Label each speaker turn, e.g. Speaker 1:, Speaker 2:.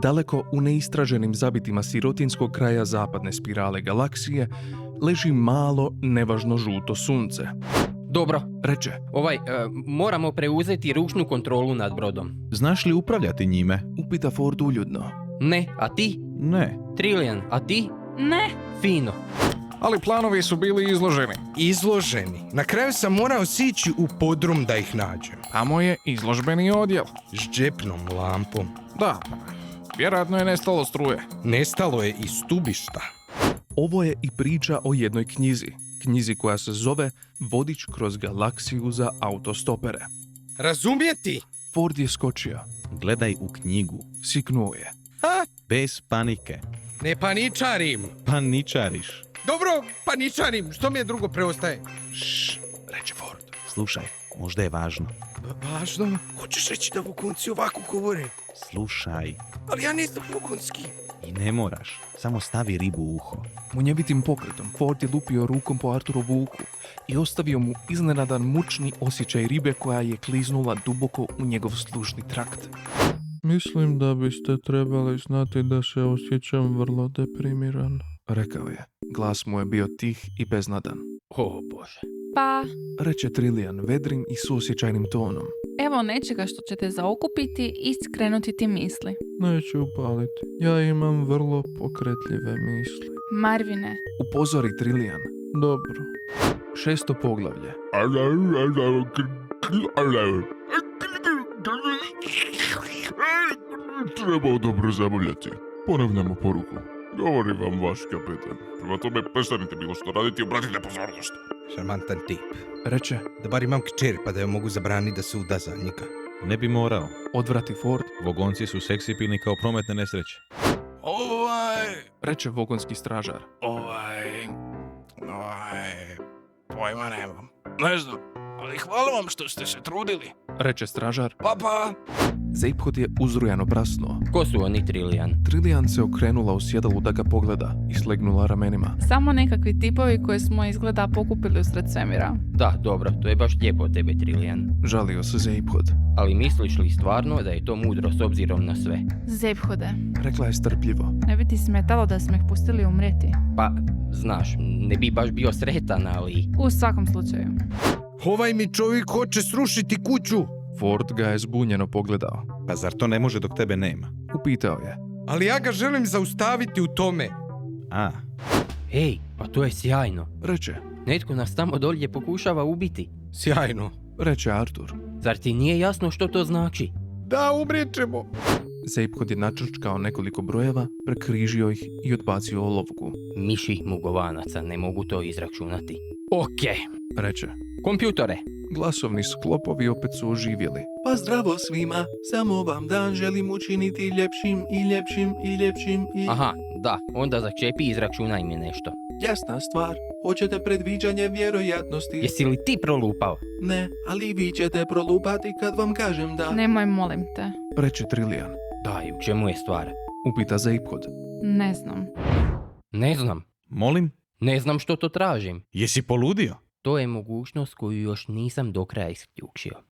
Speaker 1: daleko u neistraženim zabitima sirotinskog kraja zapadne spirale galaksije, leži malo, nevažno žuto sunce.
Speaker 2: Dobro,
Speaker 1: Reče,
Speaker 2: ovaj, e, moramo preuzeti ručnu kontrolu nad brodom.
Speaker 3: Znaš li upravljati njime?
Speaker 1: upita Ford uljudno.
Speaker 2: Ne, a ti?
Speaker 3: Ne.
Speaker 2: Trillian, a ti?
Speaker 4: Ne,
Speaker 2: Fino.
Speaker 5: Ali planovi su bili izloženi.
Speaker 6: Izloženi. Na kraju sam morao sići u podrum da ih nađem.
Speaker 5: Amo je izložbeni odjel.
Speaker 6: S džepnom lampom.
Speaker 5: Da, vjerojatno je nestalo struje.
Speaker 6: Nestalo je i stubišta.
Speaker 1: Ovo je i priča o jednoj knjizi. Knjizi koja se zove Vodič kroz galaksiju za autostopere.
Speaker 6: Razumjeti?
Speaker 1: Ford je skočio.
Speaker 3: Gledaj u knjigu.
Speaker 1: Siknuo je.
Speaker 3: Bez panike.
Speaker 6: Ne paničarim.
Speaker 3: Paničariš.
Speaker 6: Dobro, paničarim. Što mi je drugo preostaje?
Speaker 3: Šš, reče Ford. Slušaj, možda je važno.
Speaker 6: Važno. Hoćeš reći da vukunci ovako govore?
Speaker 3: Slušaj,
Speaker 6: Ali ja nisam vukunski.
Speaker 3: i ne moraš. Samo stavi ribu u uho.
Speaker 1: Munjevitim pokretom Ford je lupio rukom po Arturovu vuku i ostavio mu iznenadan mučni osjećaj ribe koja je kliznula duboko u njegov slušni trakt.
Speaker 7: Mislim da biste trebali znati da se osjećam vrlo deprimiran.
Speaker 1: Rekao je. Glas mu je bio tih i beznadan.
Speaker 2: O bože.
Speaker 4: pa
Speaker 1: Reče Trilijan vedrim i suosjećajnim tonom.
Speaker 4: evo nečega što ćete zaokupiti i skrenuti ti misli.
Speaker 7: Neću upaliti. Ja imam vrlo pokretljive misli.
Speaker 4: Marvine,
Speaker 1: Upozori Trilijan.
Speaker 7: Dobro.
Speaker 1: Šesto poglavlje.
Speaker 8: Treba dobro zabavljati. Ponavljamo poruku. Govori vam vaš kapetan. Prema tome, prestanite bilo što raditi i obratite pozornost.
Speaker 6: Šarmantan tip.
Speaker 1: Reče.
Speaker 6: Da bar imam kćer pa da joj mogu zabraniti da se uda za njega.
Speaker 3: Ne bi morao.
Speaker 1: Odvrati Ford.
Speaker 3: Vogonci su seksipilni kao prometne nesreće.
Speaker 5: Ovaj,
Speaker 1: Reče vogonski stražar.
Speaker 5: ovaj, ovaj, pojma nemam. Ne znam, ali hvala vam što ste se trudili.
Speaker 1: Reče stražar.
Speaker 5: Pa pa!
Speaker 1: Zeiphod je uzrujano prasno.
Speaker 2: Ko su oni Trillian?
Speaker 1: Trilijan se okrenula u sjedalu da ga pogleda i slegnula ramenima.
Speaker 4: samo nekakvi tipovi koje smo izgleda pokupili usred svemira.
Speaker 2: Da, dobro, to je baš lijepo od tebe Trillian.
Speaker 1: Žalio se Zeiphod.
Speaker 2: Ali misliš li stvarno da je to mudro s obzirom na sve?
Speaker 4: Zephode,
Speaker 1: Rekla je strpljivo.
Speaker 4: ne bi ti smetalo da smo ih pustili umreti?
Speaker 2: Pa, znaš, ne bi baš bio sretan, ali...
Speaker 4: U svakom slučaju.
Speaker 6: Ovaj mi čovjek hoće srušiti kuću.
Speaker 1: Ford ga je zbunjeno pogledao.
Speaker 3: Pa zar to ne može dok tebe nema?
Speaker 1: Upitao je.
Speaker 6: Ali ja ga želim zaustaviti u tome.
Speaker 3: A,
Speaker 2: Hej, pa to je sjajno.
Speaker 1: Reče.
Speaker 2: Netko nas tamo dolje pokušava ubiti.
Speaker 6: Sjajno.
Speaker 1: Reče Artur.
Speaker 2: Zar ti nije jasno što to znači?
Speaker 5: Da, umrijet ćemo!
Speaker 1: Zeiphod je načrčkao nekoliko brojeva, prekrižio ih i odbacio olovku.
Speaker 2: Miši mugovanaca ne mogu to izračunati. Okej,
Speaker 1: Reče.
Speaker 2: kompjutore,
Speaker 1: Glasovni sklopovi opet su oživjeli.
Speaker 7: Pa zdravo svima, samo vam dan želim učiniti ljepšim i ljepšim i ljepšim i...
Speaker 2: Aha, da, onda začepi i izračunaj mi nešto.
Speaker 7: Jasna stvar, hoćete predviđanje vjerojatnosti?
Speaker 2: Jesi li ti prolupao?
Speaker 7: Ne, ali vi ćete prolupati kad vam kažem da...
Speaker 4: Nemoj, molim te.
Speaker 1: Reče Trilijan.
Speaker 2: Daj, u čemu je stvar?
Speaker 1: Upita Zeiphod.
Speaker 4: Ne znam.
Speaker 2: Ne znam.
Speaker 3: molim?
Speaker 2: Ne znam što to tražim.
Speaker 3: Jesi poludio?
Speaker 2: To je mogućnost koju još nisam do kraja isključio.